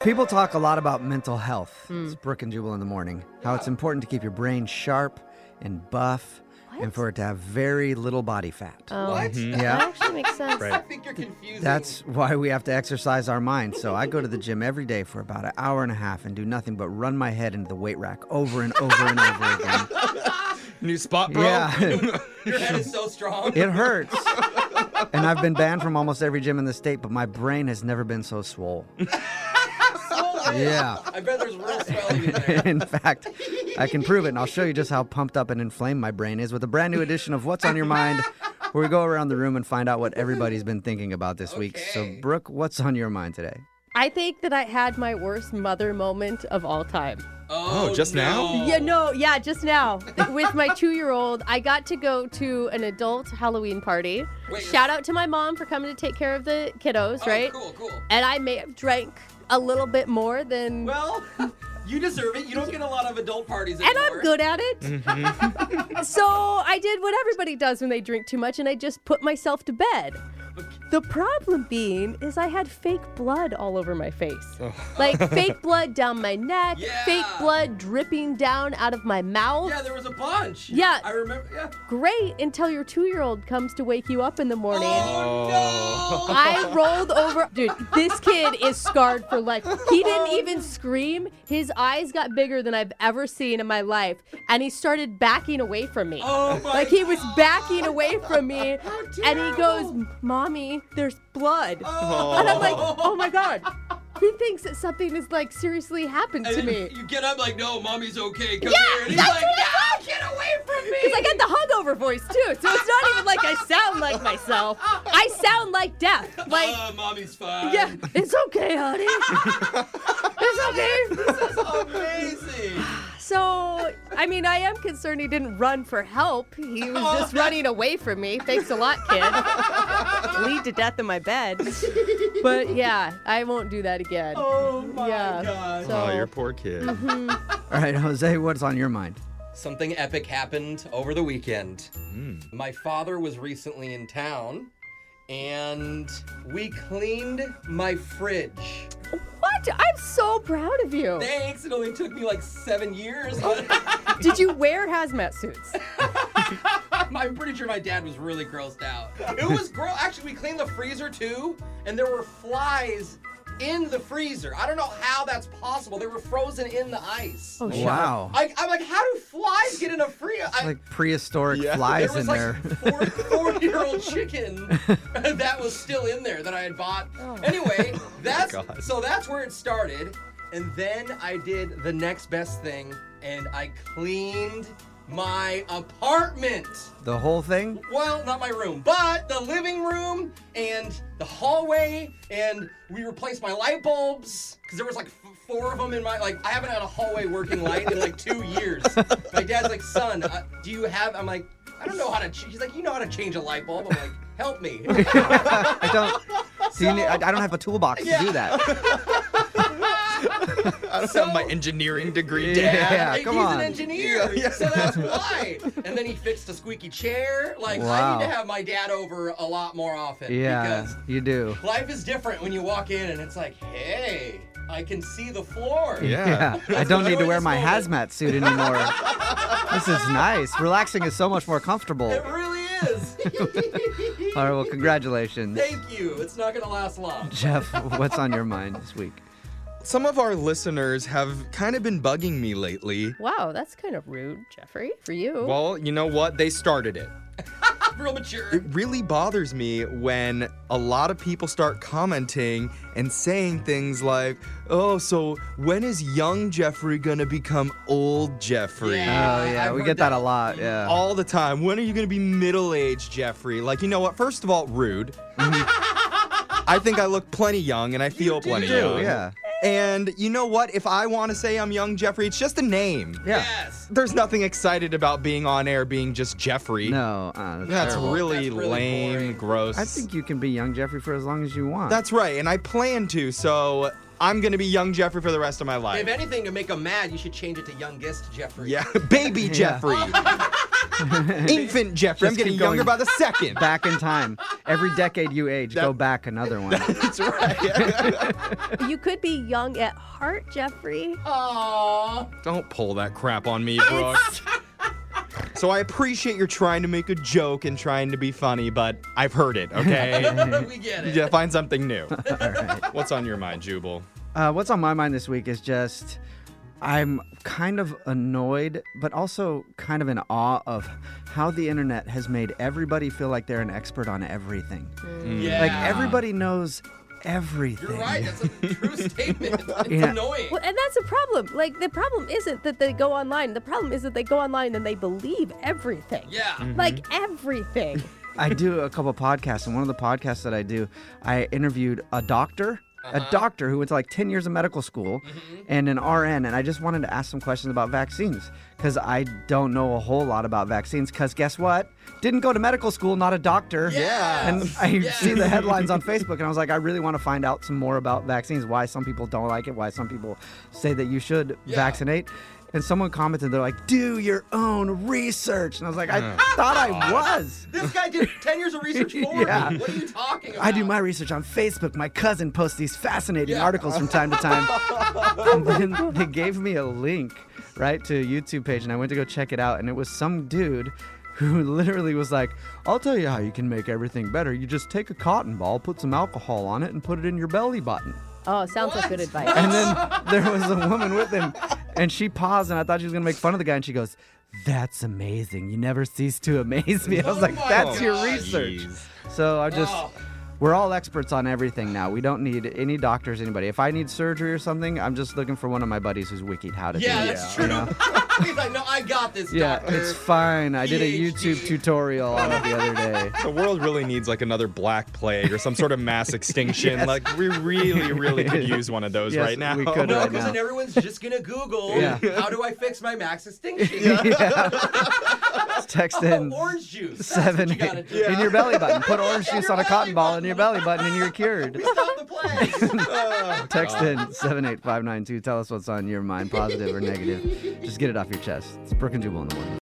People talk a lot about mental health. It's Brooke and Jubal in the morning. How it's important to keep your brain sharp and buff and for it to have very little body fat. Um, What? Yeah. That actually makes sense. I think you're confusing. That's why we have to exercise our mind. So I go to the gym every day for about an hour and a half and do nothing but run my head into the weight rack over and over and over again. New spot, bro. Yeah. your head is so strong. It hurts. And I've been banned from almost every gym in the state, but my brain has never been so swole. Yeah. I bet there's real swelling in there. in fact, I can prove it, and I'll show you just how pumped up and inflamed my brain is with a brand new edition of What's on Your Mind, where we go around the room and find out what everybody's been thinking about this week. So, Okay. Brooke, what's on your mind today? I think that I had my worst mother moment of all time. Oh, Oh, just now? no. Yeah, no, yeah, just now with my two year old, I got to go to an adult Halloween party. Wait, Shout out to my mom for coming to take care of the kiddos, Oh, right? Cool, cool. And I may have drank a little bit more than. Well, you deserve it. You don't get a lot of adult parties and anymore. I'm good at it. Mm-hmm. so I did what everybody does when they drink too much, and I just put myself to bed. The problem being is I had fake blood all over my face. Like fake blood down my neck, Oh. Yeah. fake blood dripping down out of my mouth. Yeah, there was a bunch. Yeah. I remember. Yeah. Great until your two year old comes to wake you up in the morning. Oh, I rolled over. Dude, this kid is scarred for life. He Oh. didn't even scream. His eyes got bigger than I've ever seen in my life. And he started backing away from me. Oh, my Like he was backing away from me. And he terrible. goes, Mommy, there's blood. And I'm like, Oh my God. He thinks that something has like seriously happened And to then me. You get up like, no, mommie's okay. Come Yeah, here. And he's that's like, what no, get away from me. Because I got the hungover voice too. So it's not even like I sound like myself. I sound like death. Like, Uh, mommy's fine. Yeah, it's okay, honey. it's okay. That's amazing. So, I mean, I am concerned he didn't run for help. He was just running away from me. Thanks a lot, kid. Bleed to death in my bed. But yeah, I won't do that again. Oh, my yeah. God. So, Oh, your poor kid. All right, Jose, what's on your mind? Something epic happened over the weekend. My father was recently in town and we cleaned my fridge. what? I'm so proud of you. Thanks, it only took me like seven years. but Did you wear hazmat suits? I'm pretty sure my dad was really grossed out. It was gross. Actually, we cleaned the freezer too, and there were flies in the freezer. I don't know how that's possible. They were frozen in the ice. Oh, shut up. Wow. I, I'm like, how do flies get in a free? I, Like prehistoric Yeah. flies there in was there. like four, year old chicken that was still in there that I had bought. Oh. Anyway, that's God. so that's where it started, and then I did the next best thing, and I cleaned my apartment. the whole thing? Well, not my room, but the living room and the hallway, and we replaced my light bulbs because there was like f- four of them in my like. I haven't had a hallway working light in like two years. My dad's like, son, uh, do you have? I'm like, I don't know how to. Ch-. He's like, you know how to change a light bulb. I'm like, help me. I don't. do you need- I, I don't have a toolbox to do that. I don't So- have my engineering degree, Yeah. Dad. Hey, come he's on. an engineer, Yeah, yeah. so that's why. And then he fixed a squeaky chair. Like I Wow. need to have my dad over a lot more often Yeah, because you do. Life is different when you walk in and it's like, hey, I can see the floor. Yeah. Yeah. I don't need to Enjoy wear this my moment. hazmat suit anymore. this is nice. Relaxing is so much more comfortable. It really is. All right, well, congratulations. Thank you. It's not going to last long. Jeff, what's on your mind this week? Some of our listeners have kind of been bugging me lately. Wow, that's kind of rude, Jeffrey, for you. Well, you know what? They started it. Real mature. It really bothers me when a lot of people start commenting and saying things like, oh, so when is young Jeffrey gonna become old Jeffrey? Yeah. Oh, yeah, I've we heard get that that. a lot. Yeah. all the time. When are you going to be middle aged, Jeffrey? Like, you know what? First of all, rude. I think I look plenty young and I feel plenty do, young. yeah. And you know what? If I want to say I'm young, Jeffrey, it's just a name. Yeah. Yes. There's nothing excited about being on air being just Jeffrey. No, uh, that's That's terrible. really, That's really lame, boring. gross. I think you can be young Jeffrey for as long as you want. That's right. And I plan to, so I'm going to be young Jeffrey for the rest of my If life. anything, to make him mad, you should change it to youngest Jeffrey. Yeah. Baby Jeffrey. Infant Jeffrey. I'm Just keep getting younger going. by the second. Back in time. Every decade you age, go That- back another one. That's right. You could be young at heart, Jeffrey. Aww. Don't pull that crap on me, Brooks. so I appreciate you're trying to make a joke and trying to be funny, but I've heard it, okay? we get it. yeah, find something new. All right. What's on your mind, Jubal? Uh, what's on my mind this week is just I'm kind of annoyed, but also kind of in awe of how the internet has made everybody feel like they're an expert on everything. Yeah. Like everybody knows You're everything. right. That's a true statement. It's Yeah. annoying. Well, and that's a problem. Like the problem isn't that they go online. The problem is that they go online and they believe everything. Yeah. Mm. Like everything. I do a couple podcasts, and one of the podcasts that I do, I interviewed a doctor, Uh-huh. a doctor who went to like 10 years of medical school Mm-hmm. and an RN. And I just wanted to ask some questions about vaccines because I don't know a whole lot about vaccines. Because guess what? Didn't go to medical school, not a doctor. Yeah. And I Yeah. see the headlines on Facebook, and I was like, I really want to find out some more about vaccines, why some people don't like it, why some people say that you should Yeah. vaccinate. And someone commented, they're like, do your own research. And I was like, I thought I was. This guy did 10 years of research for Yeah. me. What are you talking about? I do my research on Facebook. My cousin posts these fascinating Yeah. articles from time to time. and then they gave me a link, right, to a YouTube page, and I went to go check it out, and it was some dude who literally was like, I'll tell you how you can make everything better. You just take a cotton ball, put some alcohol on it, and put it in your belly button. Oh, sounds like good What? advice. And then there was a woman with him, and she paused, and I thought she was gonna make fun of the guy, and she goes, "That's amazing. You never cease to amaze me." I was Oh like, my Oh. "That's God. your research." So I just. Wow. We're all experts on everything now. We don't need any doctors, anybody. If I need surgery or something, I'm just looking for one of my buddies who's wikied how to Yeah, do it. that's true. you know? He's like, no, I got this, Yeah, doctor. it's fine. I did a YouTube PhD. tutorial on it the other day. The world really needs like another black plague or some sort of mass extinction. Like we really, really could use one of those Yes, right now. we could no, right because now. then everyone's just gonna Google Yeah. how do I fix my max extinction? yeah. Just text in. Oh, Orange juice. That's Seven what you gotta in- do. in your belly button. Put orange In juice your on a cotton belly ball in your belly button, and you're cured. Stop the plague. Text in 78592. Tell us what's on your mind, positive or negative. Just get it off your chest. It's Brooke and Jubal in the morning.